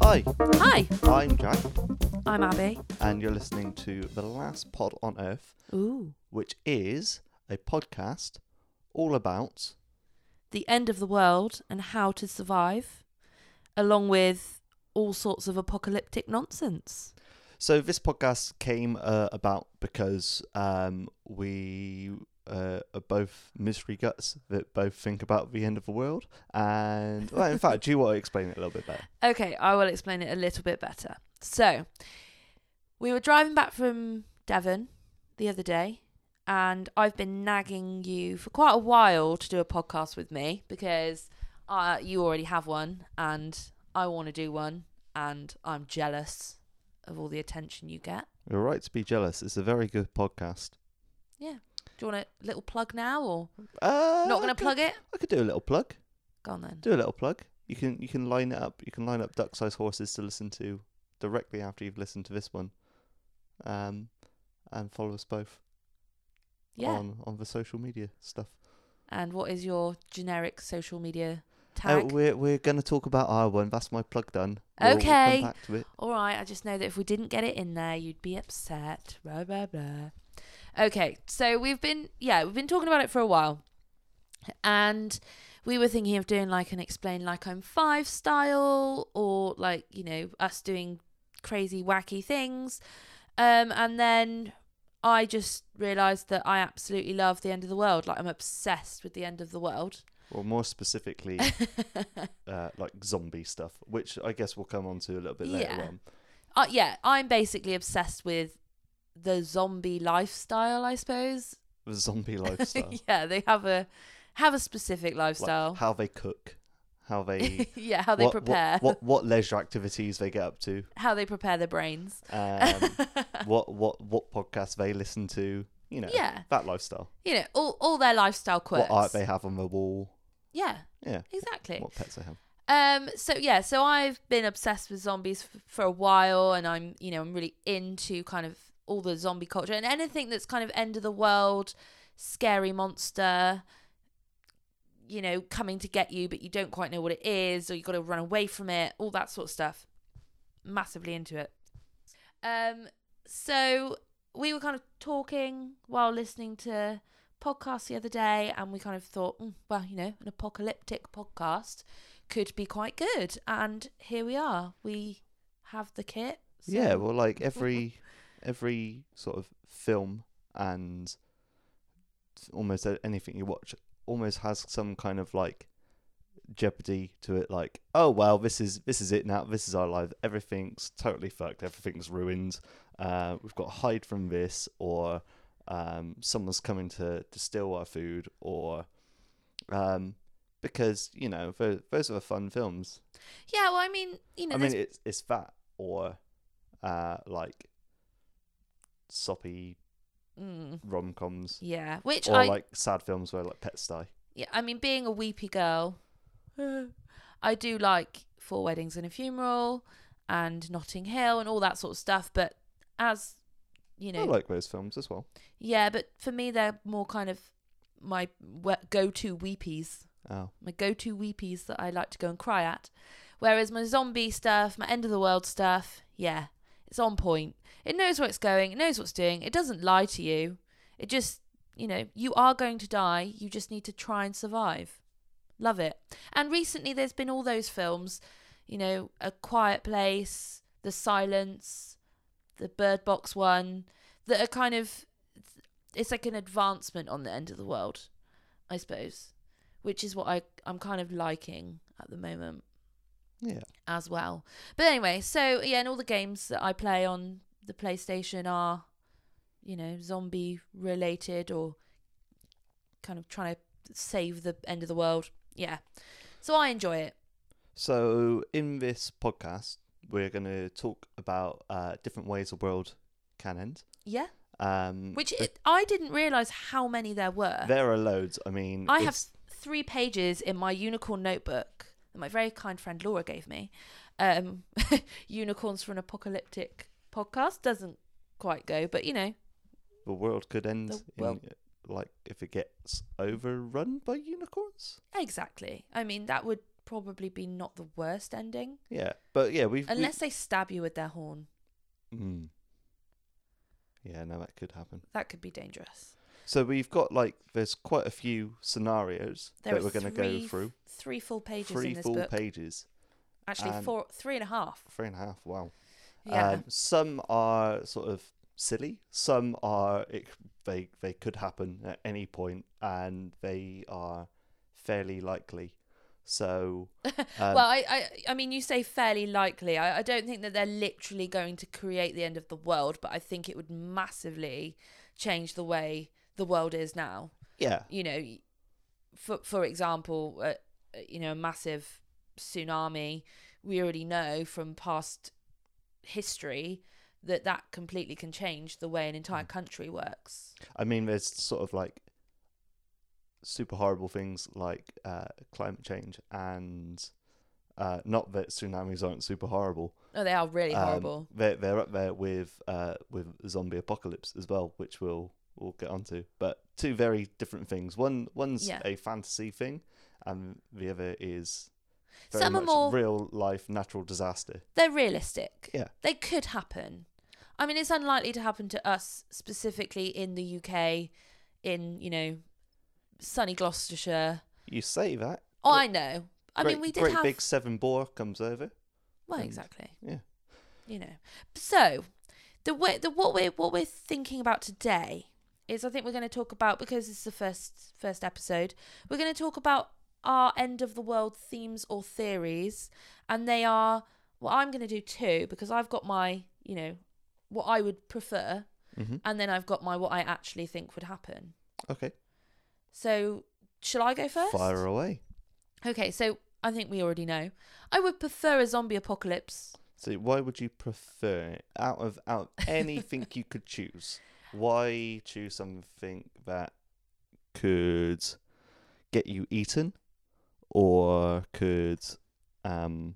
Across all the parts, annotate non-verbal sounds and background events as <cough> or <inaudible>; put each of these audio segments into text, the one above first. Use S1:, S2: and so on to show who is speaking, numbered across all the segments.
S1: Hi,
S2: Hi,
S1: I'm Jack,
S2: I'm Abby.
S1: and you're listening to The Last Pod on Earth,
S2: Ooh.
S1: which is a podcast all about.
S2: The end of the world and how to survive, along with all sorts of apocalyptic nonsense.
S1: So, this podcast came uh, about because um, we uh, are both mystery guts that both think about the end of the world. And, well, in fact, do you want to explain it a little bit better?
S2: Okay, I will explain it a little bit better. So, we were driving back from Devon the other day, and I've been nagging you for quite a while to do a podcast with me because uh, you already have one, and I want to do one, and I'm jealous of all the attention you get.
S1: You're right to be jealous. It's a very good podcast.
S2: Yeah. Do you want a little plug now or
S1: Uh,
S2: not
S1: I
S2: going to
S1: could-
S2: plug it?
S1: I could do a little plug.
S2: Go on then.
S1: do a little plug. You can you can line it up. You can line up duck sized horses to listen to directly after you've listened to this one, um, and follow us both
S2: Yeah.
S1: on on the social media stuff.
S2: And what is your generic social media
S1: Uh,
S2: tag?
S1: we're we're gonna talk about our one. That's my plug done. We'll- we'll come
S2: Okay.
S1: back to it.
S2: All right, I just know that if we didn't get it in there, you'd be upset. Blah blah blah. Okay, so we've been yeah we've been talking about it for a while, and we were thinking of doing like an explain like I'm five style or like you know us doing crazy wacky things, um, and then I just realised that I absolutely love the end of the world. Like I'm obsessed with the end of the world.
S1: Or more
S2: <laughs>
S1: specifically, <laughs> uh, like zombie stuff, which I guess we'll come on to a little bit later
S2: Yeah.
S1: on.
S2: uh, yeah, I'm basically obsessed with the zombie lifestyle, I suppose. <laughs>
S1: The zombie lifestyle,
S2: yeah, they have a have a specific lifestyle.
S1: like how they cook, how they
S2: <laughs> yeah, how they
S1: what- what-
S2: prepare,
S1: what, what leisure activities they get up to.
S2: <laughs> how they prepare their brains.
S1: Um, what what what podcasts they listen to, you know,
S2: Yeah.
S1: that lifestyle.
S2: <laughs> you know, all all their lifestyle quirks.
S1: What art they have on the wall,
S2: yeah,
S1: yeah,
S2: exactly.
S1: what pets they have.
S2: Um, so yeah, so I've been obsessed with zombies f- for a while, and I'm, you know, I'm really into kind of all the zombie culture and anything that's kind of end of the world, scary monster, you know, coming to get you, but you don't quite know what it is, or you got to run away from it, all that sort of stuff. Massively into it. Um, so we were kind of talking while listening to podcasts the other day, and we kind of thought, mm, well, you know, an apocalyptic podcast could be quite good. And here we are. We have the kit. so-
S1: Yeah, well, like every every sort of film and almost a- anything you watch almost has some kind of like jeopardy to it like oh well this is this is it now this is our life everything's totally fucked everything's ruined uh we've got to hide from this or um someone's coming to to steal our food or um because you know those, those are the fun films
S2: yeah, well, I mean, you know,
S1: I
S2: there's
S1: mean, it's it's that or uh, like soppy
S2: mm,
S1: rom coms
S2: yeah, which
S1: or
S2: I,
S1: like sad films where like pets die.
S2: yeah, I mean, being a
S1: <laughs>
S2: weepy girl, I do like Four Weddings and a Funeral and Notting Hill and all that sort of stuff. But as you know,
S1: I like those films as well.
S2: yeah, but for me, they're more kind of my we- go-to weepies.
S1: Oh,
S2: my go-to weepies that I like to go and cry at. Whereas my zombie stuff, my end of the world stuff, yeah, it's on point. It knows where it's going, it knows what's doing, it doesn't lie to you. It just, you know, you are going to die, you just need to try and survive. Love it. And recently there's been all those films, you know, A Quiet Place, The Silence, the Bird Box one, that are kind of it's like an advancement on the end of the world, I suppose which is what I I'm kind of liking at the moment
S1: yeah.
S2: as well. But anyway, so yeah, and all the games that I play on the PlayStation are, you know, zombie related or kind of trying to save the end of the world. Yeah, so I enjoy it.
S1: So in this podcast, we're gonna talk about uh, different ways the world can end.
S2: Yeah,
S1: Um,
S2: which
S1: but
S2: it, I didn't realize how many there were.
S1: there are loads. I mean,
S2: I have
S1: it's-
S2: three pages in my unicorn notebook that my very kind friend Laura gave me. Um, <laughs> unicorns for an apocalyptic podcast doesn't quite go, but you know,
S1: the world could end
S2: The world-
S1: in like if if it gets overrun by unicorns.
S2: Exactly. I mean, that would probably be not the worst ending,
S1: Yeah, but yeah, we've we-
S2: unless they stab you with their horn.
S1: Mm. Yeah, no, that could happen.
S2: That could be dangerous.
S1: So we've got like there's quite a few scenarios
S2: There
S1: that
S2: are
S1: we're going to go
S2: three-
S1: through.
S2: Three full pages
S1: Three
S2: in this
S1: full
S2: book.
S1: pages,
S2: Actually,
S1: and-
S2: four, three and a half.
S1: three and a half. Wow.
S2: Yeah.
S1: Um, some are sort of silly. Some are it, they they could happen at any point, and they are fairly likely. So
S2: <laughs>
S1: um,
S2: well, I, I, I mean, you say fairly likely. I, I don't think that they're literally going to create the end of the world, but I think it would massively change the way the world is now.
S1: yeah,
S2: You know, y- for for example, uh, uh, you know, a massive tsunami. We already know from past history that that completely can change the way an entire
S1: Mm.
S2: country works.
S1: I mean there's sort of like super horrible things like uh, climate change and uh, not that tsunamis aren't super horrible.
S2: Oh, they are really
S1: Um,
S2: horrible.
S1: They're they're up there with uh with zombie apocalypse as well, which we'll we'll get onto. But two very different things. One one's
S2: Yeah.
S1: a fantasy thing, and the other is very
S2: Some are
S1: much
S2: more-
S1: real life natural disaster.
S2: they're realistic.
S1: Yeah.
S2: They could happen. I mean, it's unlikely to happen to us specifically in the UK, in, you know, sunny Gloucestershire.
S1: You say that.
S2: Oh,
S1: Gre-
S2: I know. I mean,
S1: great-
S2: we did
S1: great
S2: have.
S1: big seven boar comes over.
S2: well,
S1: and-
S2: exactly.
S1: yeah.
S2: You know. So, the way, the what we're what we're thinking about today is, I think we're going to talk about because it's the first first episode. We're going to talk about our end of the world themes or theories, and they are. Well, I'm going to do two because I've got my, you know, what I would prefer
S1: hmm
S2: and then I've got my what I actually think would happen.
S1: Okay.
S2: So, shall I go first?
S1: Fire away.
S2: Okay, so I think we already know. I would prefer a zombie apocalypse.
S1: So why would you prefer it? out of
S2: <laughs>
S1: out of anything you could choose? Why choose something that could get you eaten, or could um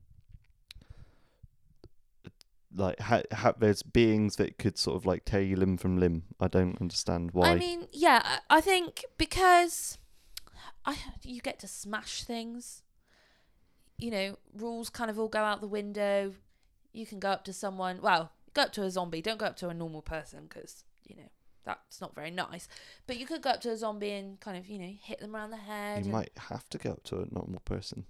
S1: like ha- ha- there's beings that could sort of like tear you limb from limb. I don't understand why.
S2: I mean, yeah, I- I think because I you get to smash things. You know, rules kind of all go out the window. You can go up to someone. Well, go up to a zombie. Don't go up to a normal person because you know that's not very nice. But you could go up to a zombie and kind of you know hit them around the head.
S1: you
S2: and-
S1: might have to go up to a normal person.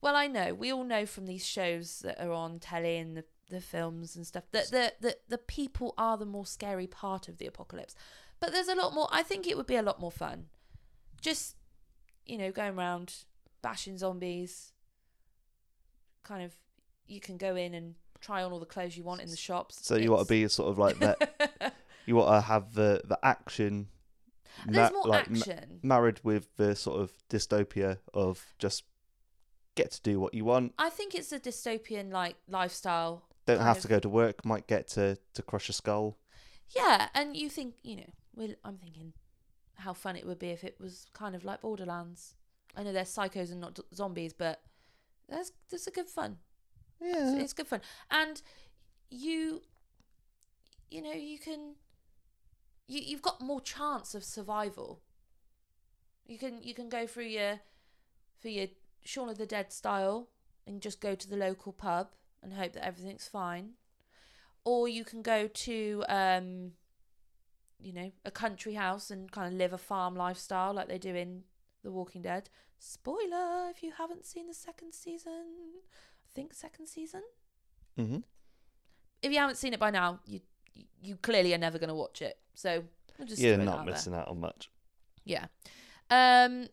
S2: Well, I know. We all know from these shows that are on telly and the, the films and stuff that the, the, the people are the more scary part of the apocalypse. But there's a lot more. I think it would be a lot more fun. Just, you know, going around bashing zombies. Kind of, you can go in and try on all the clothes you want in the shops.
S1: So you want to be sort of like
S2: <laughs>
S1: that. you want to have the the action.
S2: there's
S1: ma-
S2: more
S1: like, ma-
S2: action.
S1: married with the sort of dystopia of just get to do what you want,
S2: I think it's a dystopian like lifestyle
S1: don't
S2: Kind
S1: have
S2: of.
S1: to go to work, might get to to crush a skull.
S2: Yeah, and you think, you know, well, I'm thinking how fun it would be if it was kind of like Borderlands. I know they're psychos and not d- zombies, but that's that's a good fun. It's,
S1: Yeah,
S2: it's good fun, and you, you know, you can, you you've got more chance of survival. You can you can go through your, for your Shaun of the Dead style, and just go to the local pub and hope that everything's fine, or you can go to um, you know, a country house and kind of live a farm lifestyle like they do in The Walking Dead. Spoiler if you haven't seen the second season think second season.
S1: hmm
S2: If you haven't seen it by now, you you clearly are never going to watch it. So we'll just
S1: you're
S2: throw it
S1: not
S2: out there.
S1: missing out on much.
S2: Yeah. Um.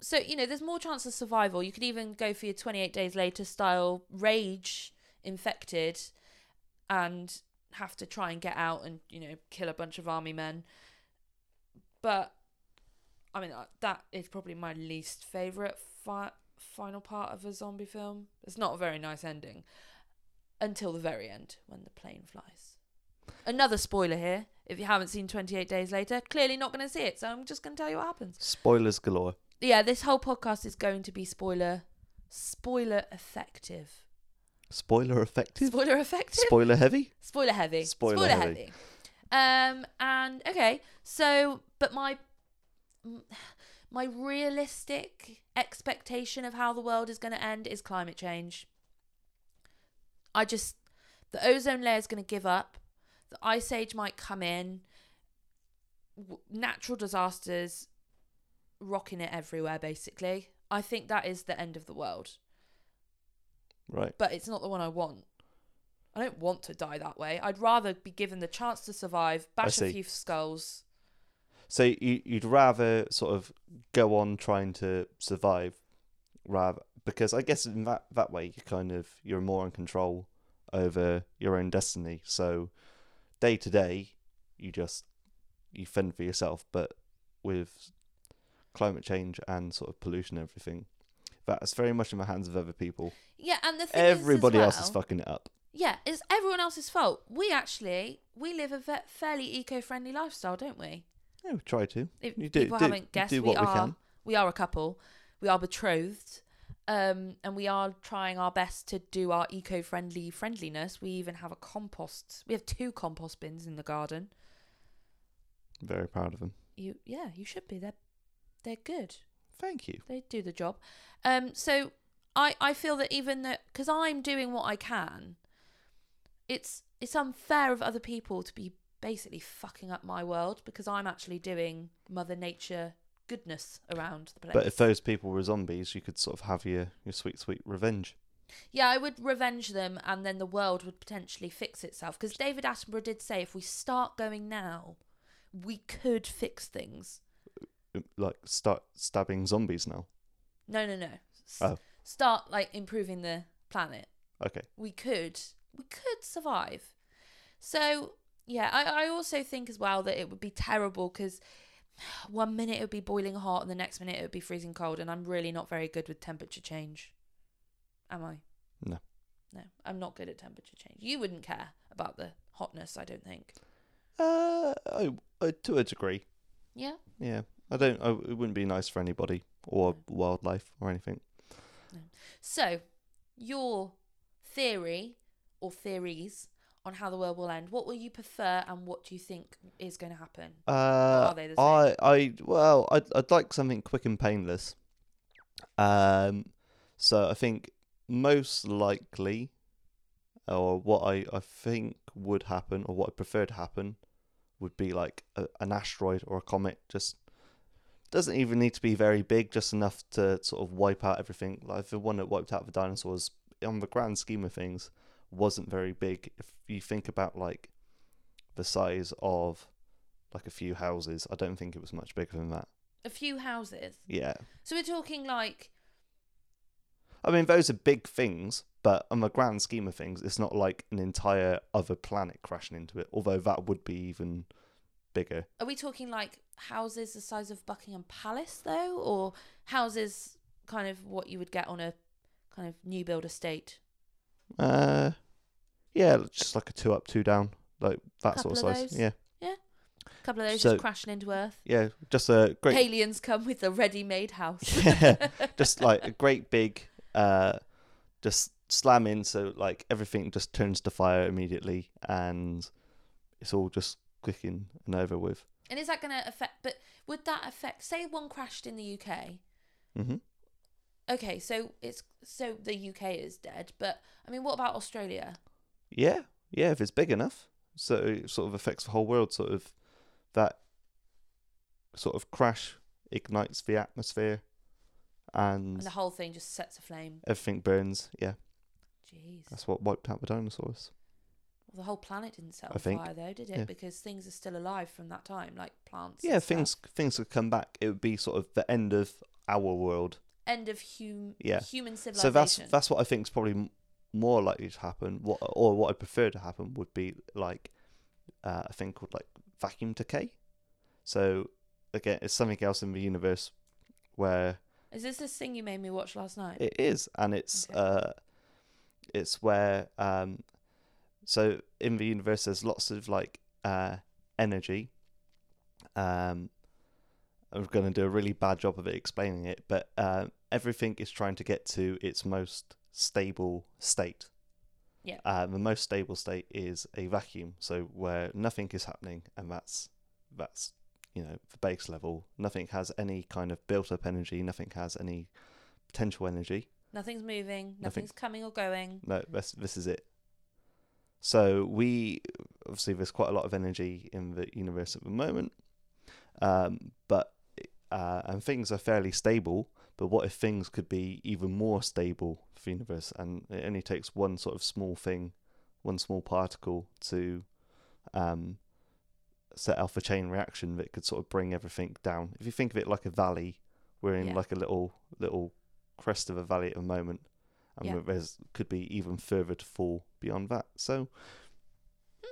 S2: So you know, there's more chance of survival. You could even go for your 28 days later style rage infected, and have to try and get out and you know kill a bunch of army men. But I mean, uh, that is probably my least favorite fi- final part of a zombie film. It's not a very nice ending until the very end when the plane flies. Another spoiler here. If you haven't seen 28 Days Later, clearly not going to see it, so I'm just going to tell you what happens.
S1: Spoilers galore.
S2: Yeah, this whole podcast is going to be spoiler spoiler effective.
S1: Spoiler effective.
S2: Spoiler effective?
S1: Spoiler heavy.
S2: spoiler heavy.
S1: Spoiler heavy.
S2: Um and okay, so but my m- my realistic expectation of how the world is going to end is climate change. I just the ozone layer is going to give up. The ice age might come in. W- natural disasters rocking it everywhere basically. I think that is the end of the world,
S1: Right.
S2: but it's not the one I want. I don't want to die that way. I'd rather be given the chance to survive, bash a
S1: see.
S2: few skulls,
S1: So you, you'd rather sort of go on trying to survive, rather because I guess in that that way you kind of you're more in control over your own destiny. So day to day, you just you fend for yourself. But with climate change and sort of pollution, and everything that's very much in the hands of other people.
S2: Yeah, and the thing
S1: Everybody
S2: is as
S1: else is
S2: well-
S1: fucking it up.
S2: Yeah, it's everyone else's fault. We actually we live a ve- fairly eco-friendly lifestyle, don't we?
S1: Yeah, we try to.
S2: If
S1: You do-
S2: people
S1: do-
S2: haven't guessed,
S1: do
S2: we
S1: what we
S2: are
S1: can.
S2: we are a couple. We are betrothed. Um, and we are trying our best to do our eco-friendly friendliness. We even have a compost. We have two compost bins in the garden.
S1: Very proud of them.
S2: You, yeah, you should be. They're they're good.
S1: Thank you.
S2: They do the job. Um, so I I feel that even though because I'm doing what I can, it's it's unfair of other people to be basically fucking up my world because I'm actually doing Mother Nature goodness around the place.
S1: But if those people were zombies, you could sort of have your, your sweet, sweet revenge.
S2: yeah, I would revenge them, and then the world would potentially fix itself. Because David Attenborough did say if we start going now, we could fix things.
S1: Like, start stabbing zombies now.
S2: No, no, no. S-
S1: Oh.
S2: Start like improving the planet.
S1: Okay.
S2: we could we could survive so yeah i, I also think as well that it would be terrible because one minute it would be boiling hot and the next minute it would be freezing cold and i'm really not very good with temperature change am i
S1: No.
S2: no i'm not good at temperature change you wouldn't care about the hotness i don't think
S1: Uh, I, uh, to a degree.
S2: yeah
S1: Yeah. I don't, I, it wouldn't be nice for anybody or wildlife or anything.
S2: so your theory or theories on how the world will end what will you prefer and what do you think is going to happen
S1: Uh,
S2: are they the same?
S1: I, I, well, I'd, I'd like something quick and painless. Um, so I think most likely, or what I, I think would happen, or what I prefer to happen, would be like a, an asteroid or a comet. Just doesn't even need to be very big, just enough to sort of wipe out everything. Like the one that wiped out the dinosaurs, on the grand scheme of things, wasn't very big. If you think about like the size of like a few houses. I don't think it was much bigger than that.
S2: a few houses
S1: Yeah.
S2: So we're talking like
S1: I mean, those are big things, but on the grand scheme of things, it's not like an entire other planet crashing into it, although that would be even bigger.
S2: are we talking like houses the size of Buckingham Palace though or houses kind of what you would get on a kind of new build estate?
S1: Uh, yeah, just like a two up, two down, like that sort of
S2: Couple of
S1: size.
S2: those.
S1: Yeah.
S2: A couple of those
S1: So-
S2: just crashing into earth.
S1: Yeah. Just a great.
S2: Aliens come with a ready-made house.
S1: <laughs> yeah, just like a great big, uh, just slam in so like everything just turns to fire immediately and it's all just clicking and over with.
S2: <laughs> and is that going to affect but would that affect say one crashed in the UK?
S1: hmm
S2: Okay, so it's so the UK is dead, but I mean what about Australia?
S1: Yeah, yeah, if it's big enough. So it sort of affects the whole world, sort of that sort of crash ignites the atmosphere and
S2: And the whole thing just sets aflame.
S1: everything burns. Yeah,
S2: Jeez.
S1: that's what wiped out the dinosaurs.
S2: Well, the whole planet didn't set
S1: I
S2: on
S1: think.
S2: fire though, did it?
S1: Yeah.
S2: Because things are still alive from that time, like plants. and
S1: Yeah,
S2: stuff.
S1: things things could come back. It would be sort of the end of our world.
S2: end of hum-
S1: Yeah.
S2: human civilization.
S1: So that's that's what I think is probably m- more likely to happen. What or what I prefer to happen would be like uh, a thing called like vacuum decay. So again, it's something else in the universe where
S2: Is this this thing you made me watch last night?
S1: It is, and it's
S2: Okay.
S1: uh, it's where um, so in the universe there's lots of like uh energy. Um, I'm gonna do a really bad job of it explaining it, but um, everything is trying to get to its most stable state.
S2: Yeah.
S1: Uh, the most stable state is a vacuum, so where nothing is happening, and that's that's you know the base level. Nothing has any kind of built-up energy. Nothing has any potential energy.
S2: Nothing's moving. Nothing's coming or going.
S1: No, this this is it. So we obviously there's quite a lot of energy in the universe at the moment, um, but uh, and things are fairly stable. But what if things could be even more stable for the universe? And it only takes one sort of small thing, one small particle to um, set off a chain reaction that could sort of bring everything down. If you think of it like a valley, we're in
S2: Yeah.
S1: like a little little crest of a valley at the moment, and
S2: Yeah.
S1: there's could be even further to fall beyond that. So. hmm,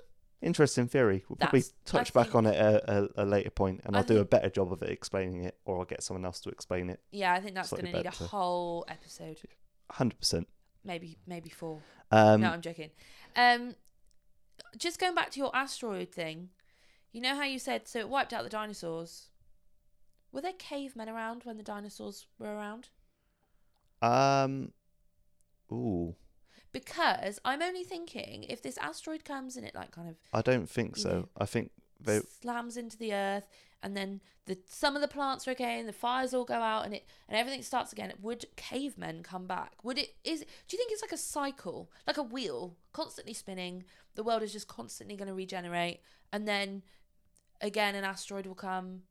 S1: Interesting theory. We'll probably
S2: That's-
S1: touch
S2: I
S1: back on it at a, a later point, and
S2: I
S1: I'll do a
S2: think-
S1: better job of it explaining it, or I'll get someone else to explain it.
S2: Yeah, I think that's going
S1: Slightly
S2: to need a
S1: better.
S2: whole episode.
S1: Hundred percent.
S2: Maybe, maybe four.
S1: Um,
S2: no, I'm joking. Um, just going back to your asteroid thing, you know how you said so it wiped out the dinosaurs. Were there cavemen around when the dinosaurs were around?
S1: Um. Ooh,
S2: Because I'm only thinking if this asteroid comes and it like kind of
S1: I don't think so.
S2: Yeah.
S1: I think they.
S2: slams into the earth, and then the some of the plants are okay, and the fires all go out, and it and everything starts again. Would cavemen come back? Would it is? Do you think it's like a cycle, like a wheel, constantly spinning? The world is just constantly going to regenerate, and then again an asteroid will come.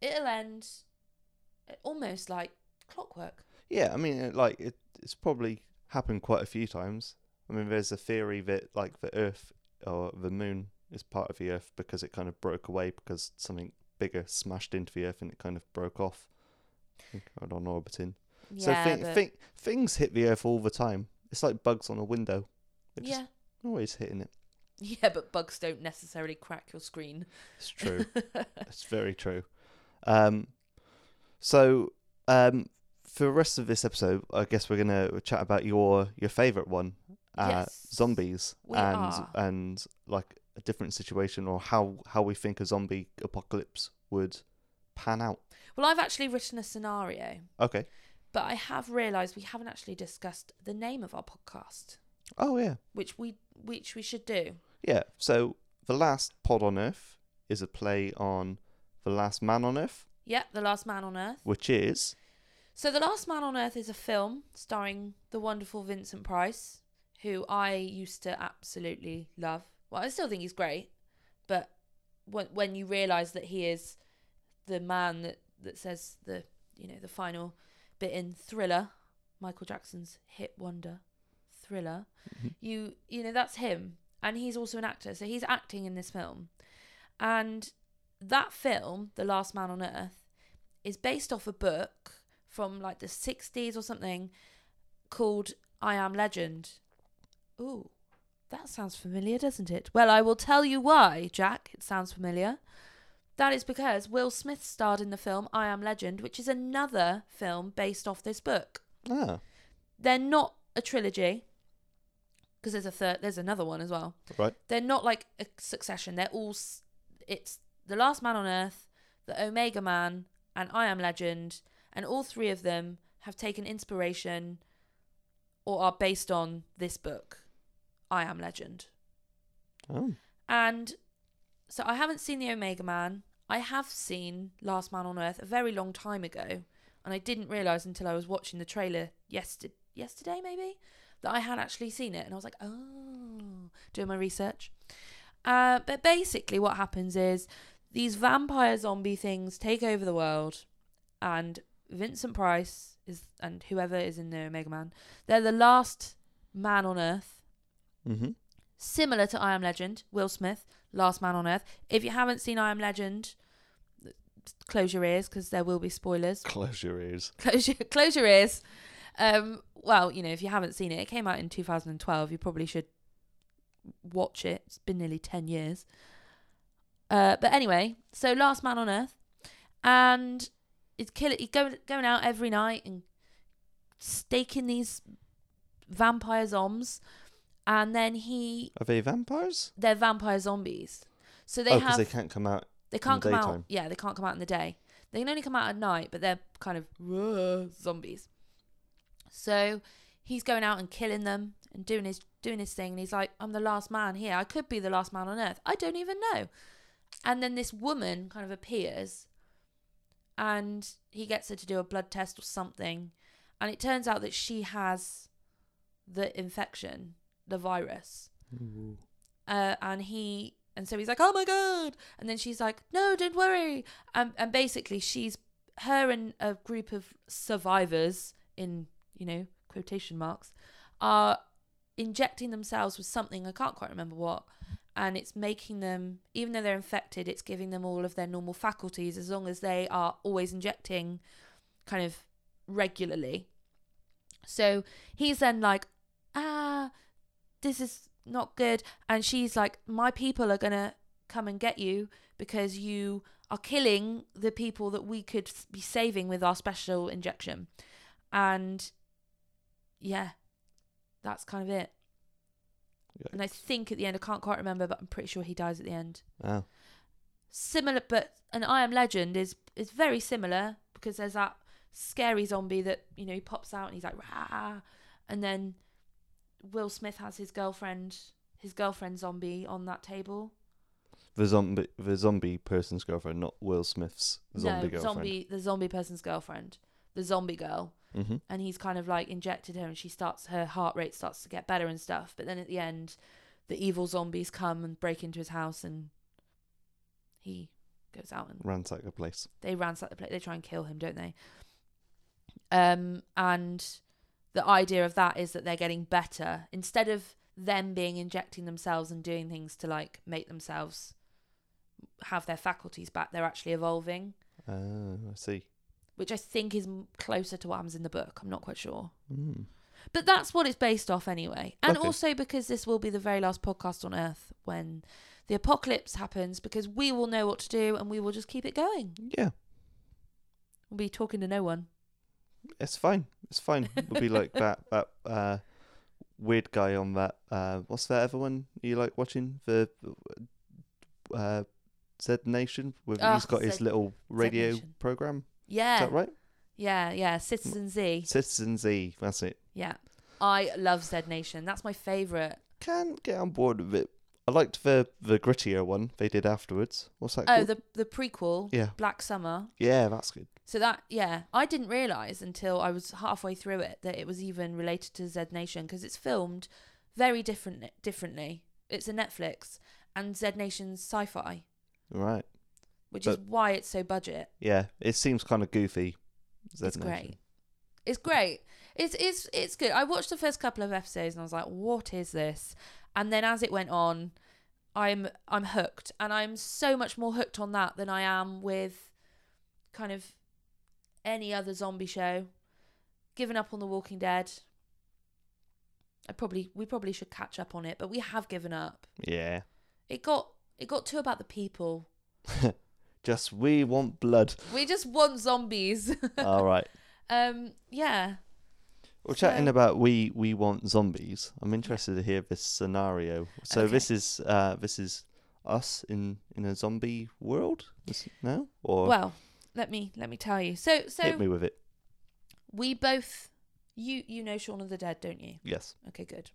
S2: It'll end, almost like clockwork.
S1: Yeah, I mean, it, like it, it's probably happened quite a few times. I mean, there's a theory that like the Earth or the Moon is part of the Earth because it kind of broke away because something bigger smashed into the Earth and it kind of broke off. I don't orbiting.
S2: Yeah,
S1: so thi-
S2: but-
S1: thi- things hit the Earth all the time. It's like bugs on a window. They're just
S2: yeah,
S1: always hitting it.
S2: <laughs> yeah, but bugs don't necessarily crack your screen. <laughs>
S1: It's true. It's very true. Um, so um, for the rest of this episode, I guess we're gonna chat about your your favorite one, uh,
S2: Yes.
S1: zombies,
S2: We
S1: and
S2: are.
S1: and like a different situation or how how we think a zombie apocalypse would pan out.
S2: well, I've actually written a scenario.
S1: Okay.
S2: But I have realised we haven't actually discussed the name of our podcast,
S1: Oh yeah,
S2: which we which we should do.
S1: yeah. So the last pod on Earth is a play on the last man on Earth,
S2: Yeah, The Last Man on Earth.
S1: which is
S2: So The Last Man on Earth is a film starring the wonderful Vincent Price, who I used to absolutely love. Well, I still think he's great, but when when you realise that he is the man that, that says the you know the final bit in Thriller, Michael Jackson's hit wonder, Thriller, you you know that's him, and he's also an actor, so he's acting in this film, and that film, The Last Man on Earth, is based off a book from like the 60s or something called I Am Legend. Ooh, that sounds familiar, doesn't it? Well, I will tell you why, Jack. It sounds familiar. That is because Will Smith starred in the film I Am Legend, which is another film based off this book.
S1: ah
S2: They're not a trilogy because there's a third there's another one as well.
S1: right.
S2: They're not like a succession. They're all s- it's The Last Man on Earth, The Omega Man, and I Am Legend, and all three of them have taken inspiration or are based on this book, I Am Legend.
S1: Oh.
S2: And so I haven't seen The Omega Man. I have seen Last Man on Earth a very long time ago, and I didn't realize until I was watching the trailer yesterday, yesterday maybe, that I had actually seen it, and I was like, oh, doing my research. Uh, but basically, what happens is these vampire zombie things take over the world, and Vincent Price is and whoever is in the Omega Man, they're the last man on Earth
S1: Mhm.
S2: similar to I Am Legend, Will Smith, Last Man on Earth. If you haven't seen I Am Legend, close your ears because there will be spoilers. <laughs>
S1: Close your ears.
S2: Close your close your ears. Um, well, you know, if you haven't seen it, it came out in 2012. You probably should watch it. It's been nearly 10 years. Uh, but anyway, so Last Man on Earth, and it's kill He's going going out every night and staking these vampire zombs, and then he
S1: Are they vampires?
S2: they're vampire zombies. So they
S1: oh, because
S2: have
S1: they
S2: they,
S1: can't come out
S2: can't
S1: in
S2: come
S1: the
S2: out.
S1: daytime.
S2: Yeah, they can't come out in the day. They can only come out at night, but they're kind of "Whoa," zombies. So he's going out and killing them and doing his doing his thing and he's like, I'm the last man here. I could be the last man on earth. I don't even know. And then this woman kind of appears and he gets her to do a blood test or something. And it turns out that she has the infection, the virus.
S1: Ooh.
S2: Uh, and he, and so he's like, oh my God. And then she's like, no, don't worry. Um, and basically, she's, her and a group of survivors, in, you know, quotation marks, are injecting themselves with something, I can't quite remember what, and it's making them, even though they're infected, it's giving them all of their normal faculties as long as they are always injecting kind of regularly. So he's then like, ah, this is not good. And she's like, my people are going to come and get you because you are killing the people that we could be saving with our special injection. And yeah, that's kind of it. And I think at the end, I can't quite remember, but I'm pretty sure he dies at the end.
S1: Oh,
S2: Similar, but an I Am Legend is is very similar because there's that scary zombie that you know he pops out and he's like rah, and then Will Smith has his girlfriend, his girlfriend zombie on that table.
S1: the zombie, the zombie person's girlfriend, not Will Smith's zombie
S2: no,
S1: girlfriend.
S2: zombie, the zombie person's girlfriend, the zombie girl,
S1: Mhm.
S2: and he's kind of like injected her, and she starts her heart rate starts to get better and stuff. But then at the end, the evil zombies come and break into his house, and he goes out and
S1: Ransack the place.
S2: they ransack the place. They try and kill him, don't they? Um, and the idea of that is that they're getting better instead of them being injecting themselves and doing things to like make themselves have their faculties back. They're actually evolving,
S1: Oh, I see.
S2: which I think is m- closer to what happens in the book. I'm not quite sure,
S1: Mm.
S2: but that's what it's based off anyway. And
S1: Okay.
S2: also because this will be the very last podcast on Earth when the apocalypse happens, because we will know what to do and we will just keep it going.
S1: Yeah,
S2: We'll be talking to no one.
S1: it's fine. It's fine. We'll be
S2: <laughs>
S1: like that that uh, weird guy on that. Uh, what's that other one you like watching? The uh, Z Nation. With
S2: Ah,
S1: he's got his
S2: Zed-
S1: little radio
S2: Nation.
S1: program.
S2: Yeah.
S1: Is that right?
S2: Yeah, yeah. Citizen Z.
S1: Citizen Z. That's it.
S2: Yeah. I love Zed Nation. That's my favourite.
S1: Can get on board with it. I liked the the grittier one they did afterwards. What's that?
S2: Oh,
S1: called?
S2: the the prequel,
S1: Yeah,
S2: Black Summer.
S1: yeah, that's good.
S2: So that yeah, I didn't realise until I was halfway through it that it was even related to Zed Nation because it's filmed very different differently. It's a Netflix and Zed Nation's sci-fi,
S1: Right.
S2: which is
S1: But-
S2: why it's so budget.
S1: Yeah, it seems kind of goofy. Zed
S2: it's
S1: Nation.
S2: great. It's great. It's it's it's good. I watched the first couple of episodes and I was like, "What is this?" And then as it went on, I'm I'm hooked, and I'm so much more hooked on that than I am with kind of any other zombie show. Given up on The Walking Dead. I probably we probably should catch up on it, but we have given up.
S1: Yeah.
S2: It got it got too about the people.
S1: Just we want
S2: <laughs>
S1: blood.
S2: We just want zombies. <laughs>
S1: All right.
S2: um yeah.
S1: We're chatting
S2: So-
S1: about we we want zombies. I'm interested to hear this scenario. So
S2: Okay.
S1: this is uh this is us in in a zombie world Is it now or
S2: Well, let me let me tell you. So
S1: hit
S2: so
S1: me with it.
S2: we both you you know Shaun of the Dead, don't you?
S1: Yes.
S2: Okay, good.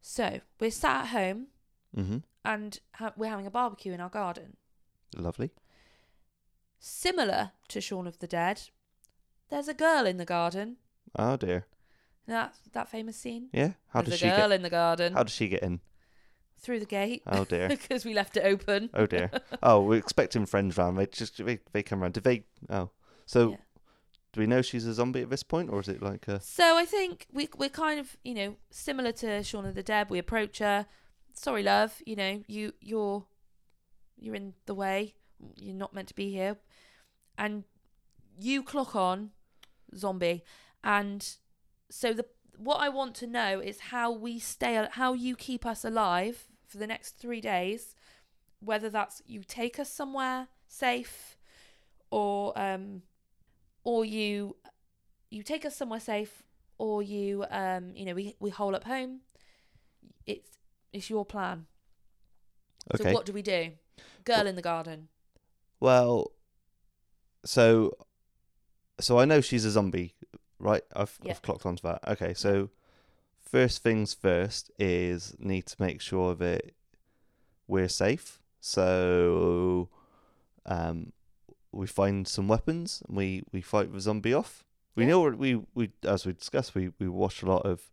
S2: So we're sat at home
S1: Mhm.
S2: and ha- we're having a barbecue in our garden.
S1: Lovely.
S2: Similar to Shaun of the Dead, there's a girl in the garden.
S1: Oh dear.
S2: That that famous scene.
S1: Yeah. How does
S2: there's a
S1: she
S2: girl
S1: get
S2: in the garden
S1: How does she get in?
S2: through
S1: <laughs>
S2: the gate
S1: Oh
S2: <laughs>
S1: dear.
S2: because we left it open.
S1: Oh
S2: <laughs>
S1: dear. Oh, we're expecting friends round. They just they, they come round. Do they Oh. So
S2: Yeah.
S1: do we know she's a zombie at this point or is it like a
S2: So I think we we're kind of you know similar to Shaun of the Dead. We approach her. Sorry, love. You know you you're you're in the way. You're not meant to be here. And you clock on, zombie. And so the what I want to know is how we stay al- how you keep us alive for the next three days. Whether that's you take us somewhere safe, or um, or you you take us somewhere safe or you um you know we we hole up home it's it's your plan
S1: Okay.
S2: so what do we do girl in the garden
S1: Well, so so I know she's a zombie, right? I've,
S2: Yeah.
S1: I've clocked onto that. Okay, so first things first is need to make sure that we're safe. So um, we find some weapons and we, we fight the zombie off. We
S2: Yeah.
S1: know we we as we discussed we, we watch a lot of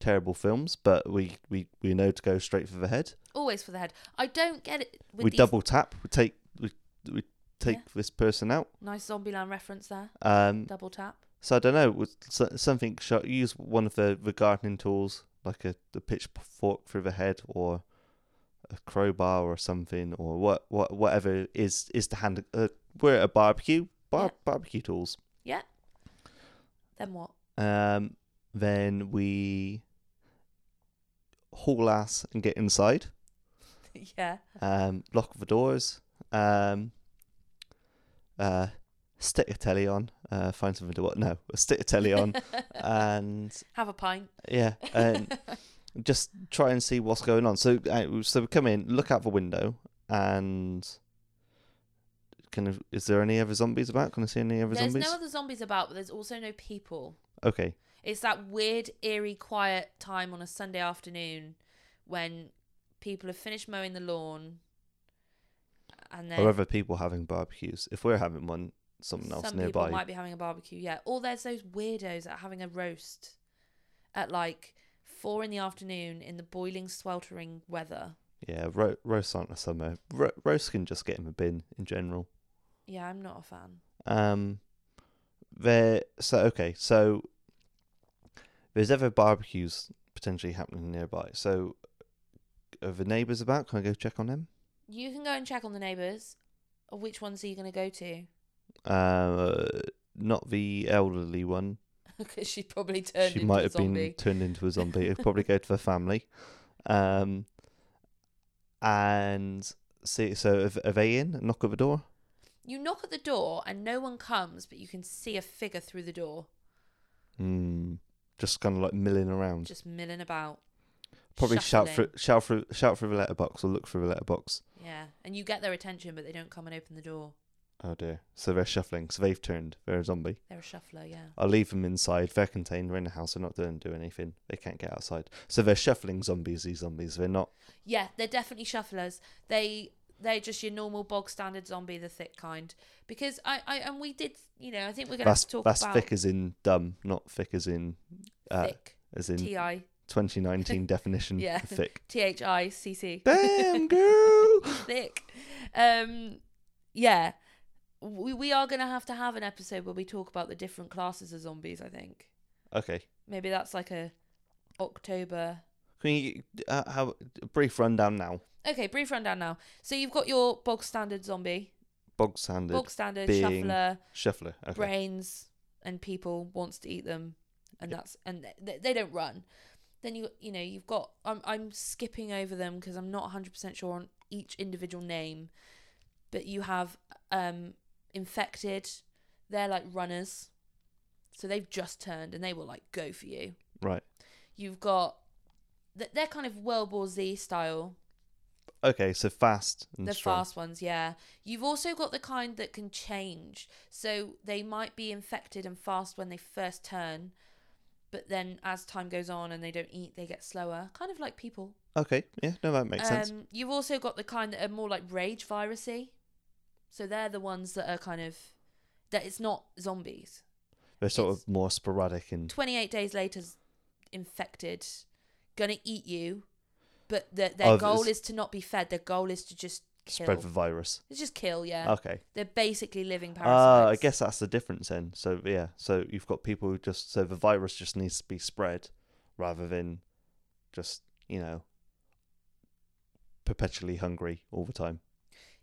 S1: terrible films, but we, we, we know to go straight for the head.
S2: Always for the head. I don't get it with
S1: we
S2: these
S1: double tap. We take we we take
S2: Yeah.
S1: this person out.
S2: nice zombie land reference there.
S1: Um,
S2: Double tap.
S1: So I don't know. Was so- something shot? Use one of the, the gardening tools, like a the pitchfork through the head, or a crowbar, or something, or what, what whatever is is to hand. Uh, we're at a barbecue, bar,
S2: Yeah.
S1: barbecue tools.
S2: Then what? <laughs>
S1: Um, then we haul ass and get inside.
S2: yeah.
S1: Um, lock the doors. Um, uh, stick a telly on. Uh, find something to watch. No, stick a telly
S2: <laughs>
S1: on, and
S2: Have a pint. <laughs>
S1: yeah, and just try and see what's going on. So, uh, so we come in, look out the window, and kind of, is there any other zombies about? Can I see any other
S2: there's
S1: zombies?
S2: no other zombies about, but there's also no people.
S1: Okay,
S2: It's that weird, eerie, quiet time on a Sunday afternoon when people have finished mowing the lawn and then
S1: or other people having barbecues. If we're having one, someone else
S2: some
S1: nearby.
S2: people might be having a barbecue. Yeah. Or there's those weirdos that are having a roast at like four in the afternoon in the boiling, sweltering weather.
S1: Yeah, ro- roasts aren't a summer. Ro- roast can just get in the bin in general.
S2: Yeah, I'm not a fan.
S1: Um, there. So okay, so there's ever barbecues potentially happening nearby. So, are the neighbours about? Can I go check on them?
S2: You can go and check on the neighbours. Which ones are you going to go to? <laughs>
S1: Uh, not the elderly one.
S2: Because she probably turned
S1: she
S2: into
S1: might
S2: a
S1: have been
S2: zombie.
S1: turned into
S2: <laughs>
S1: a zombie. It'd probably go to the family. Um, and see. So are, are they in? Knock at the door.
S2: You knock at the door and no one comes, but you can see a figure through the door
S1: Hmm. Just kind of like milling around.
S2: just milling about.
S1: Probably shout through,
S2: shuffling.
S1: shout through, shout through the letterbox or look through the letterbox.
S2: Yeah, and you get their attention, but they don't come and open the door.
S1: Oh dear. So they're shuffling. So they've turned. They're a zombie.
S2: They're a shuffler, yeah.
S1: I'll leave them inside. They're contained. They're in the house. They're not doing do anything. They can't get outside. So they're shuffling zombies. These zombies. They're not.
S2: Yeah, they're definitely shufflers. They they're just your normal bog standard zombie, the thick kind. Because I, I and we did, you know, I think we're gonna
S1: That's
S2: have to talk
S1: that's
S2: about
S1: thick as in dumb, not thick as in uh,
S2: thick, <laughs>
S1: as in
S2: T I
S1: 2019 definition.
S2: Yeah.
S1: for
S2: <laughs>
S1: thick.
S2: T H I C C.
S1: Damn girl.
S2: thick. Um, yeah, we we are gonna have to have an episode where we talk about the different classes of zombies. I think
S1: okay.
S2: maybe that's like a October.
S1: Can you uh, have a brief rundown now?
S2: Okay, brief rundown now. So you've got your bog standard zombie,
S1: Bog standard
S2: bog standard
S1: being-
S2: shuffler,
S1: shuffler. Okay.
S2: brains, and people wants to eat them, and that's and they, they don't run. Then you you know you've got I'm I'm skipping over them because I'm not 100 percent sure on each individual name, but you have um infected. They're like runners, so they've just turned and they will like go for you.
S1: Right.
S2: You've got th- they're kind of World War Z style.
S1: Okay. So fast and
S2: the
S1: strong.
S2: fast ones yeah you've also got the kind that can change so they might be infected and fast when they first turn but then as time goes on and they don't eat they get slower kind of like people
S1: Okay. Yeah. No, that makes sense.
S2: um you've also got the kind that are more like rage virusy so they're the ones that are kind of that it's not zombies
S1: They're sort
S2: it's-
S1: of more sporadic and
S2: 28 days later infected gonna eat you but the,
S1: Oh,
S2: their
S1: it's-
S2: goal is to not be fed their goal is to just kill
S1: spread the virus.
S2: it's just kill yeah
S1: Okay.
S2: They're basically living
S1: Ah,
S2: parasites.
S1: I guess that's the difference then. So yeah, so you've got people who just so the virus just needs to be spread rather than just you know perpetually hungry all the time.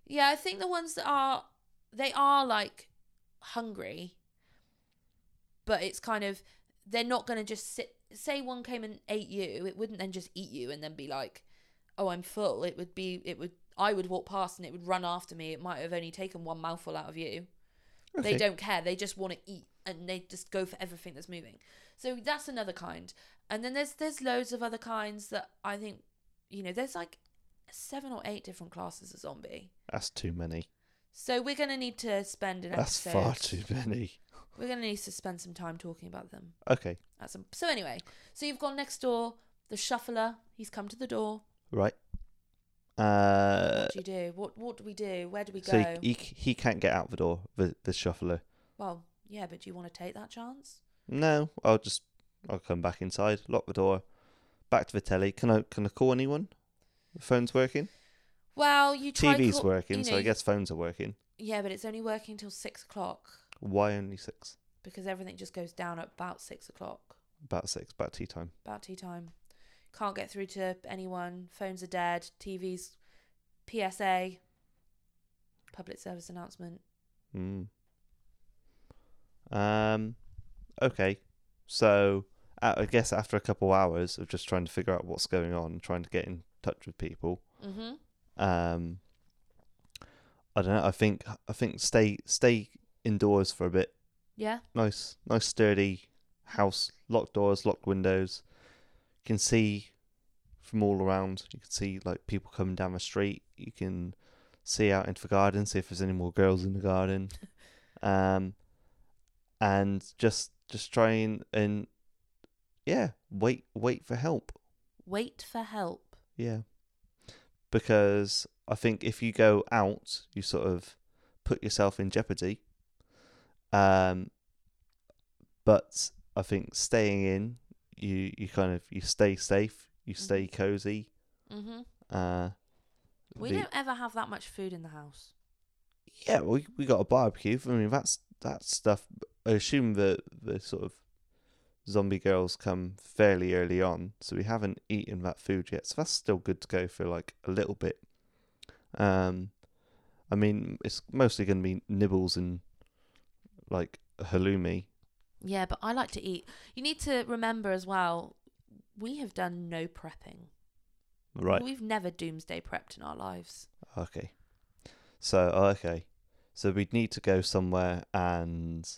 S2: Yeah, I think the ones that are they are like hungry, but it's kind of they're not going to just sit. Say one came and ate you, it wouldn't then just eat you and then be like, "Oh, I'm full." It would be it would I would walk past and it would run after me. It might have only taken one mouthful out of you. They
S1: Okay.
S2: don't care. They just want to eat and they just go for everything that's moving. So that's another kind. And then there's there's loads of other kinds that I think you know, there's like seven or eight different classes of zombie.
S1: That's too many.
S2: So we're gonna need to spend an
S1: That's
S2: episode.
S1: far too many.
S2: We're gonna need to spend some time talking about them.
S1: Okay.
S2: At some. So anyway, so you've gone next door. The shuffler, he's come to the door.
S1: Right. Uh,
S2: What do you do? What What do we do? Where do we go?
S1: so he, he c- he can't get out the door. The the shuffler.
S2: well, yeah, but do you want to take that chance?
S1: No, I'll just I'll come back inside, lock the door, back to the telly. Can I can I call anyone? The phone's working.
S2: Well, you try.
S1: TV's
S2: call-
S1: working,
S2: you
S1: so
S2: know,
S1: I
S2: you-
S1: guess phones are working.
S2: Yeah, but it's only working till six o'clock
S1: Why only six?
S2: because everything just goes down at about six o'clock,
S1: About six, about tea time.
S2: about tea time. Can't get through to anyone. Phones are dead. TV's PSA. Public service announcement.
S1: Mm. Um, okay. So a- I guess after a couple hours of just trying to figure out what's going on, trying to get in touch with people,
S2: Mm-hmm.
S1: um, I don't know. I think I think stay stay indoors for a bit.
S2: Yeah.
S1: Nice, nice sturdy house, locked doors, locked windows. You can see from all around. You can see like people coming down the street. You can see out into the garden, see if there's any more girls in the garden. um and just just try and, and yeah, wait wait for help.
S2: Wait for help.
S1: Yeah. Because I think if you go out, you sort of put yourself in jeopardy. Um but I think staying in, you you kind of you stay safe, you stay cozy.
S2: Mm-hmm.
S1: Uh
S2: We
S1: the-
S2: don't ever have that much food in the house.
S1: Yeah, we we got a barbecue. I mean that's that stuff I assume the the sort of zombie girls come fairly early on, so we haven't eaten that food yet. So that's still good to go for like a little bit. Um, I mean, it's mostly going to be nibbles and like halloumi.
S2: Yeah, but I like to eat. You need to remember as well, we have done no prepping.
S1: Right.
S2: We've never doomsday prepped in our lives.
S1: Okay. So oh, okay. So we'd need to go somewhere, and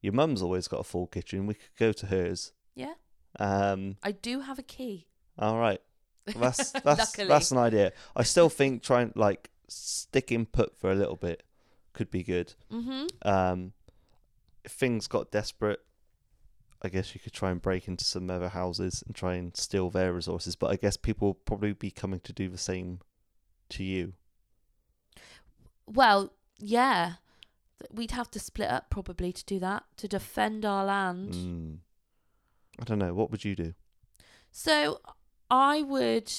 S1: your mum's always got a full kitchen. We could go to hers.
S2: Yeah.
S1: Um.
S2: I do have a key.
S1: All right.
S2: <laughs>
S1: That's that's
S2: Luckily.
S1: that's an idea. I still think trying like sticking put for a little bit could be good.
S2: Mm-hmm.
S1: Um, if things got desperate, I guess you could try and break into some other houses and try and steal their resources. But I guess people will probably be coming to do the same to you.
S2: Well, yeah. Th- We'd have to split up probably to do that, to defend our land.
S1: Mm. I don't know. What would you do?
S2: So I would.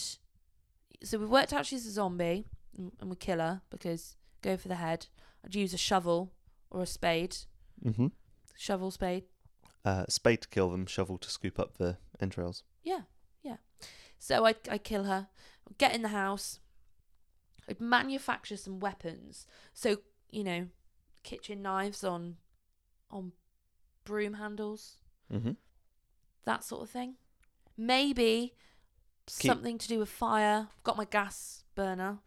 S2: So we worked out she's a zombie and and we kill her because go for the head. I'd use a shovel or a spade.
S1: Mm-hmm.
S2: Shovel, spade.
S1: Uh, spade to kill them, shovel to scoop up the entrails.
S2: Yeah, yeah. So I I kill her, get in the house. I'd manufacture some weapons. So you know, kitchen knives on, on broom handles,
S1: Mm-hmm.
S2: that sort of thing. Maybe
S1: Keep-
S2: something to do with fire. I've got my gas burner.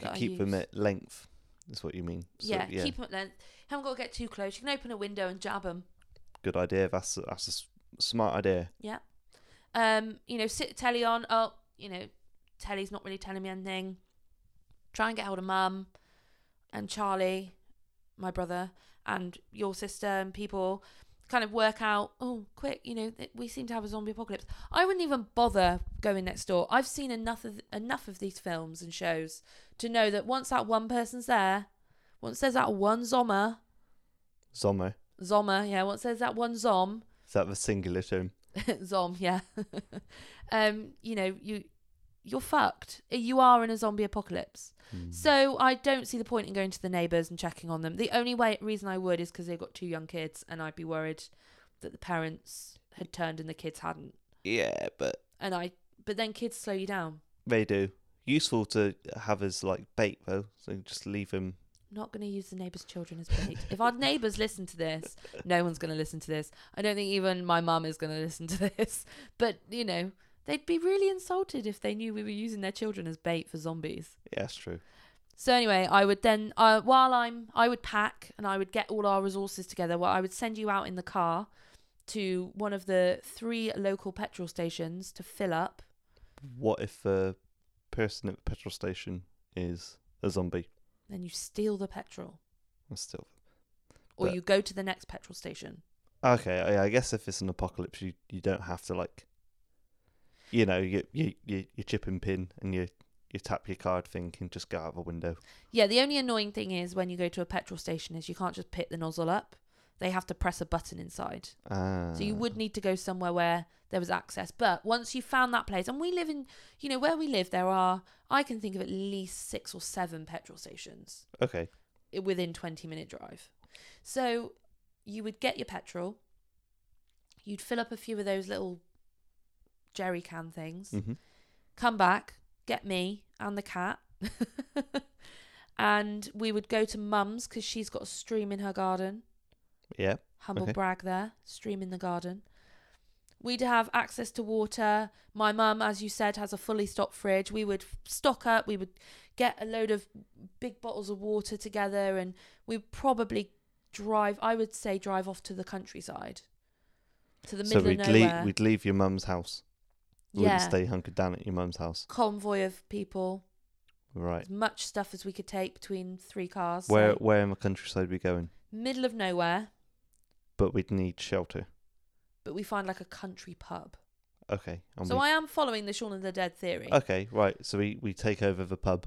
S2: that I
S1: keep them
S2: use.
S1: at length. Is what you mean? So,
S2: yeah, keep them at length. Haven't got to get too close. You can open a window and jab them.
S1: good idea. That's that's a s- smart idea.
S2: um, you know, sit the telly on. Oh, you know, telly's not really telling me anything. Try and get hold of mum and Charlie, my brother, and your sister and people. Kind of work out. Oh, quick! You know, th- we seem to have a zombie apocalypse. I wouldn't even bother going next door. I've seen enough of enough of these films and shows to know that once that one person's there, once there's that one zommer,
S1: Zomo.
S2: zommer, yeah, once there's that one zom,
S1: Is that the singular term?
S2: zom yeah <laughs> um you know you you're fucked you are in a zombie apocalypse so i don't see the point in going to the neighbors and checking on them the only way reason i would is because they've got two young kids and i'd be worried that the parents had turned and the kids hadn't
S1: Yeah, but
S2: and i but then kids slow you down
S1: they do. Useful to have as like bait though. So you just leave them.
S2: not going to use the neighbours' children as bait. if our neighbours listen
S1: <laughs>
S2: to this, no one's going to listen to this. I don't think even my mum is going to listen to <laughs> this. But, you know, they'd be really insulted if they knew we were using their children as bait for zombies.
S1: Yeah, that's true.
S2: So anyway, I would then, uh, while I'm, I would pack and I would get all our resources together. Well, I would send you out in the car to one of the three local petrol stations to fill up.
S1: What if the person at the petrol station is a zombie?
S2: Then you steal the petrol,
S1: That's still
S2: or
S1: But-
S2: you go to the next petrol station.
S1: okay. I, I guess if it's an apocalypse, you you don't have to like. You know, you you you you chip and pin, and you you tap your card thinking just go out the window.
S2: Yeah, the only annoying thing is when you go to a petrol station is you can't just pick the nozzle up. They have to press a button inside.
S1: Uh,
S2: So you would need to go somewhere where there was access. But once you found that place, and we live in, you know, where we live, there are, I can think of at least six or seven petrol stations
S1: okay
S2: i- within 20 minute drive. So you would get your petrol, you'd fill up a few of those little jerry can things,
S1: hmm
S2: come back, get me and the cat. <laughs> and we would go to mum's because she's got a stream in her garden.
S1: yeah
S2: Humble
S1: Okay.
S2: brag there, stream in the garden. We'd have access to water. My mum, as you said, has a fully stocked fridge. We would stock up. We would get a load of big bottles of water together and we'd probably drive, I would say, drive off to the countryside, to the
S1: so
S2: middle
S1: we'd
S2: of
S1: leave
S2: nowhere.
S1: we'd leave your mum's house we
S2: yeah.
S1: wouldn't stay hunkered down at your mum's house
S2: Convoy of people,
S1: right
S2: as much stuff as we could take between three cars.
S1: where
S2: say.
S1: where in the countryside we going
S2: Middle of nowhere,
S1: but we'd need shelter
S2: but we find like a country pub.
S1: okay and
S2: So
S1: we, Uh,
S2: I am following the Shaun of the Dead theory.
S1: okay right so we we take over the pub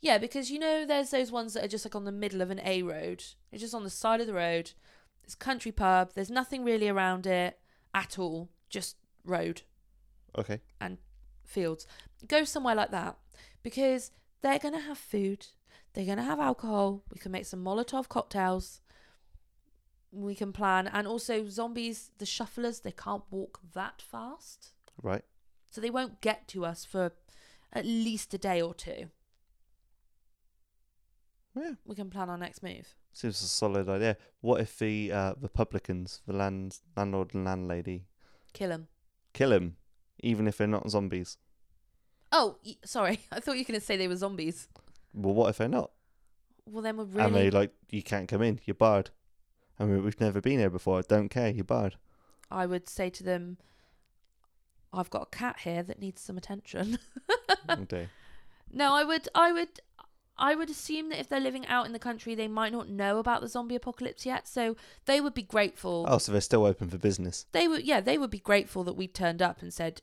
S2: Yeah, because you know, there's those ones that are just like on the middle of an A road. It's just on the side of the road. It's a country pub. There's nothing really around it at all. Just road,
S1: okay
S2: fields. Go somewhere like that because they're gonna have food. They're gonna have alcohol. We can make some Molotov cocktails. We can plan, and also zombies, the shufflers, they can't walk that fast,
S1: right
S2: so they won't get to us for at least a day or two.
S1: yeah
S2: We can plan our next move.
S1: seems a solid idea what if the uh the publicans the land landlord and landlady
S2: Kill them.
S1: kill him even if they're not zombies
S2: Oh, y- sorry. <laughs> I thought you were going to say they were zombies.
S1: well what if they're not
S2: Well, then we're
S1: and they
S2: really.
S1: like you can't come in you're barred I mean, we've never been here before. I don't care. You're
S2: <laughs>
S1: barred.
S2: I would say to them, "I've got a cat here that needs some attention." <laughs>
S1: Okay.
S2: no, I would, I would, I would assume that if they're living out in the country, they might not know about the zombie apocalypse yet, so they would be grateful.
S1: Oh, so they're still open for business.
S2: They would, yeah, they would be grateful that we turned up and said,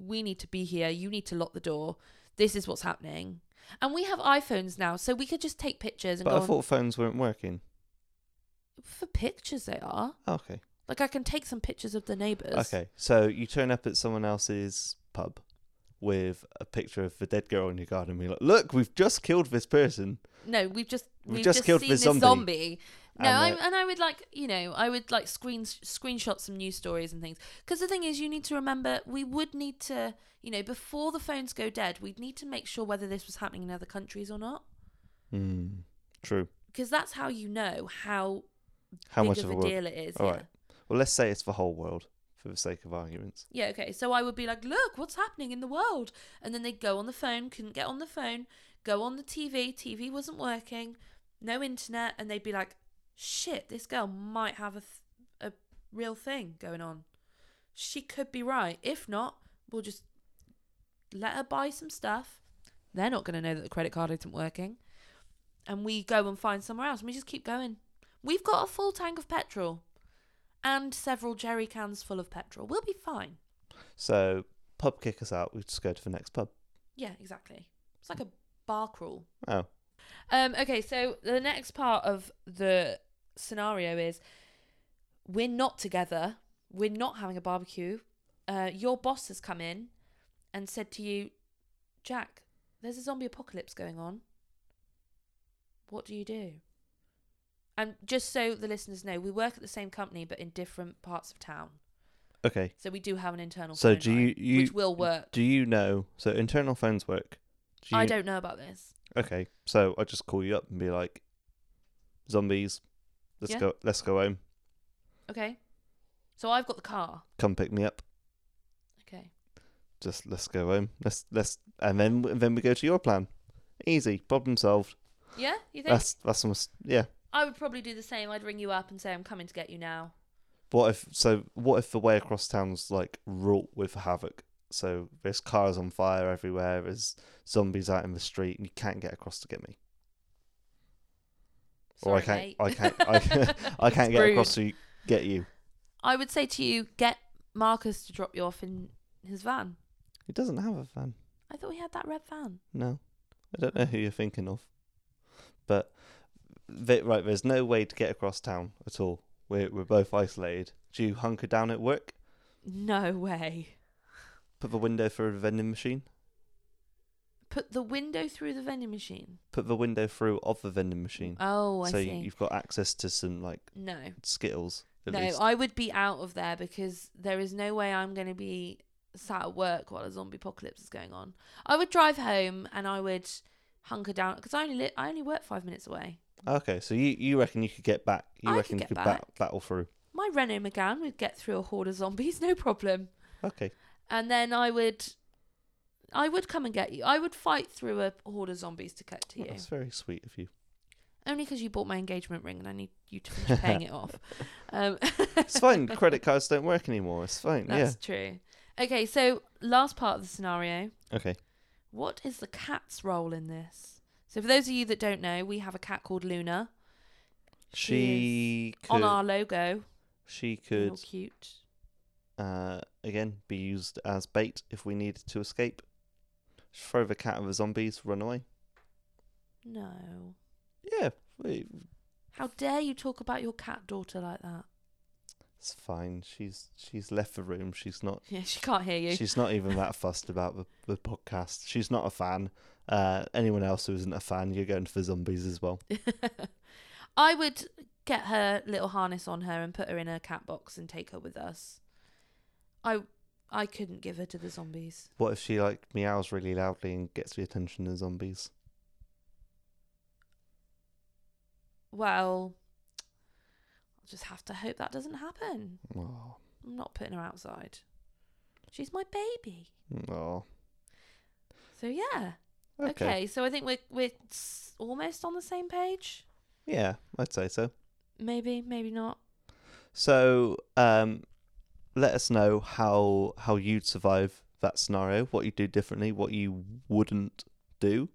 S2: "We need to be here. You need to lock the door. This is what's happening." And we have iPhones now, so we could just take pictures and
S1: But
S2: go
S1: I thought phones weren't working. Ah,
S2: on. for pictures. They are.
S1: Okay.
S2: Like I can take some pictures of the neighbours.
S1: Okay. So you turn up at someone else's pub with a picture of the dead girl in your garden and be like, look, we've just killed this person.
S2: No, we've just
S1: We've
S2: we've,
S1: just
S2: just,
S1: killed
S2: seen
S1: this
S2: this
S1: zombie.
S2: zombie. No,
S1: And,
S2: I,
S1: uh,
S2: and I would like you know I would like screen screenshot some news stories and things because the thing is you need to remember we would need to you know before the phones go dead we'd need to make sure whether this was happening in other countries or not
S1: Hmm. True.
S2: because that's how you know how
S1: How
S2: big
S1: much
S2: of,
S1: of a
S2: a
S1: world?
S2: deal it is.
S1: All
S2: yeah.
S1: right. Well, let's say it's the whole world for the sake of arguments.
S2: Yeah, okay. So I would be like, look, what's happening in the world? And then they'd go on the phone, couldn't get on the phone, go on the TV, TV wasn't working, no internet, and they'd be like, shit, this girl might have a, th- a real thing going on. She could be right. If not, we'll just let her buy some stuff. They're not going to know that the credit card isn't working. And we go and find somewhere else, and we just keep going. We've got a full tank of petrol and several jerry cans full of petrol. We'll be fine.
S1: So, pub kick us out. We just go to the next pub.
S2: Yeah, exactly. It's like a bar crawl.
S1: Oh.
S2: Um, okay, so the next part of the scenario is we're not together. We're not having a barbecue. Uh, your boss has come in and said to you, Jack, there's a zombie apocalypse going on. What do you do? And just so the listeners know, we work at the same company but in different parts of town.
S1: Okay.
S2: So we do have an internal.
S1: So
S2: phone
S1: do
S2: line,
S1: you- you-
S2: which will work?
S1: Do you know? So, internal phones work. Do you,
S2: I don't know about this.
S1: Okay. So, I just call you up and be like, zombies. Let's
S2: Yeah.
S1: go. Let's go home.
S2: Okay. So I've got the car.
S1: Come pick me up.
S2: Okay.
S1: just let's go home. Let's let's and then then we go to your plan. Easy, problem solved.
S2: Yeah, you think?
S1: That's that's almost yeah.
S2: I would probably do the same. I'd ring you up and say I'm coming to get you now.
S1: What if so? What if the way across town's like wrought with havoc? So there's cars on fire everywhere. There's zombies out in the street, and you can't get across to get me,
S2: Sorry,
S1: or I can't,
S2: mate.
S1: I can't, I <laughs>
S2: <laughs>
S1: can't, I can't
S2: It's
S1: get
S2: rude.
S1: across to you, get you.
S2: I would say to you, get Marcus to drop you off in his van.
S1: He doesn't have a van.
S2: I thought we had that red van.
S1: No, I don't know who you're thinking of, but th right, there's no way to get across town at all. We're we're both isolated. Do you hunker down at work?
S2: No way.
S1: Put the window through the vending machine.
S2: Put the window through the vending machine.
S1: Put the window through of the vending machine,
S2: Oh, I
S1: so you-
S2: see.
S1: you've got access to some like
S2: No.
S1: Skittles. At
S2: No,
S1: least.
S2: I would be out of there because there is no way I'm going to be sat at work while a zombie apocalypse is going on. I would drive home and I would hunker down because I only li- I only work five minutes away.
S1: Okay, so you, you reckon you could get back? You
S2: I could
S1: reckon you
S2: get
S1: could
S2: back.
S1: battle through?
S2: My Renault Megane would get through a horde of zombies, <laughs> no problem.
S1: Okay,
S2: And then I would, I would come and get you. I would fight through a horde of zombies to get to you.
S1: that's very sweet of you.
S2: Only because you bought my engagement ring and I need you to finish paying
S1: <laughs>
S2: it off. Um, <laughs>
S1: It's fine. Credit cards don't work anymore. It's fine.
S2: That's true. Okay, so last part of the scenario.
S1: yeah. Okay.
S2: What is the cat's role in this? So, for those of you that don't know, we have a cat called Luna
S1: She could.
S2: on our logo.
S1: she
S2: Real
S1: could
S2: cute.
S1: uh, again be used as bait if we needed to escape. Throw the cat at the zombies, run away.
S2: No.
S1: Yeah, we-
S2: How dare you talk about your cat daughter like that? <laughs>
S1: it's fine. She's she's left the room. She's not.
S2: Yeah, she can't hear you.
S1: She's not even that fussed about the, the podcast. She's not a fan. Uh, anyone else who isn't a fan, you're going for zombies as well.
S2: <laughs> I would get her little harness on her and put her in her cat box and take her with us. I I couldn't give her to the zombies.
S1: What if she like meows really loudly and gets the attention of zombies?
S2: Well, I'll just have to hope that doesn't happen.
S1: Oh,
S2: I'm not putting her outside. She's my baby.
S1: oh.
S2: So yeah.
S1: Okay.
S2: Okay. so I think we're we're s- almost on the same page.
S1: Yeah, I'd say so.
S2: Maybe, maybe not.
S1: So, um, let us know how how you'd survive that scenario. What you do differently. What you wouldn't do.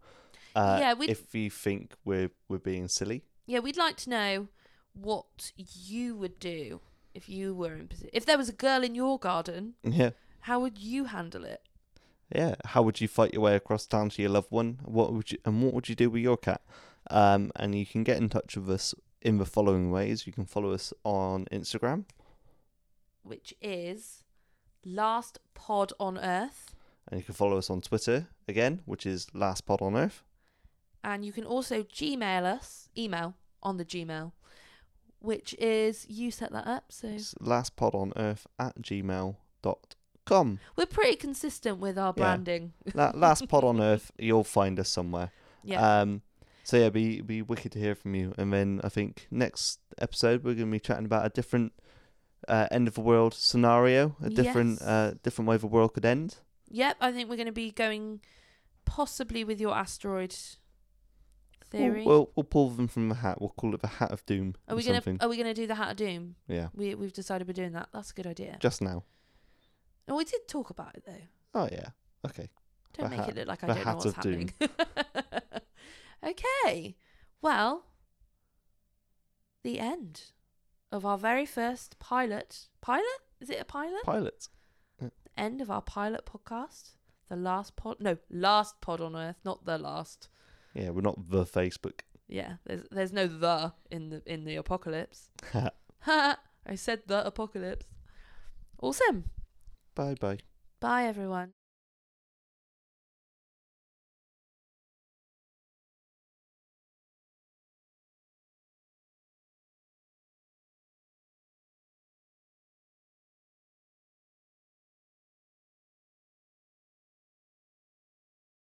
S1: Uh,
S2: Yeah, we'd-
S1: If you think we're we're being silly, <laughs>
S2: Yeah, we'd like to know what you would do if you were in posi- if there was a girl in your garden.
S1: yeah,
S2: How would you handle it?
S1: yeah. How would you fight your way across town to your loved one? What would you and what would you do with your cat? Um, and you can get in touch with us in the following ways. You can follow us on Instagram.
S2: Which is last pod on earth,
S1: And you can follow us on Twitter again, which is Last Pod on Earth.
S2: and you can also Gmail us email on the Gmail, which is you set that up. So
S1: It's Last Pod on Earth at gmail.com.
S2: we're pretty consistent with our
S1: Yeah.
S2: branding.
S1: La- last Pod on Earth, you'll find us somewhere.
S2: Yeah,
S1: Um, so yeah, be be wicked to hear from you. And then I think next episode we're going to be chatting about a different uh, end of the world scenario, a different
S2: Yes.
S1: uh, different way the world could end.
S2: Yep, I think we're going to be going possibly with your asteroid theory.
S1: We'll, we'll we'll pull them from the hat. We'll call it the hat of doom.
S2: are we
S1: or
S2: going to
S1: something.
S2: are we going to do the Hat of Doom?
S1: Yeah,
S2: We we've decided we're doing that. That's a good idea.
S1: just now.
S2: And we did talk about it though.
S1: Oh yeah. Okay.
S2: Don't
S1: The
S2: make
S1: hat-
S2: it look like I
S1: the
S2: don't know
S1: Hat
S2: what's
S1: of
S2: happening. <laughs> okay. Well, the end of our very first pilot. Pilot? Is it a pilot?
S1: Pilots.
S2: end of our pilot podcast. The last pod no, last pod on earth, not the last.
S1: Yeah, we're not the Facebook. <laughs>
S2: Yeah, there's there's no the in the in the apocalypse. <laughs> I said the apocalypse. Awesome.
S1: bye bye.
S2: Bye everyone.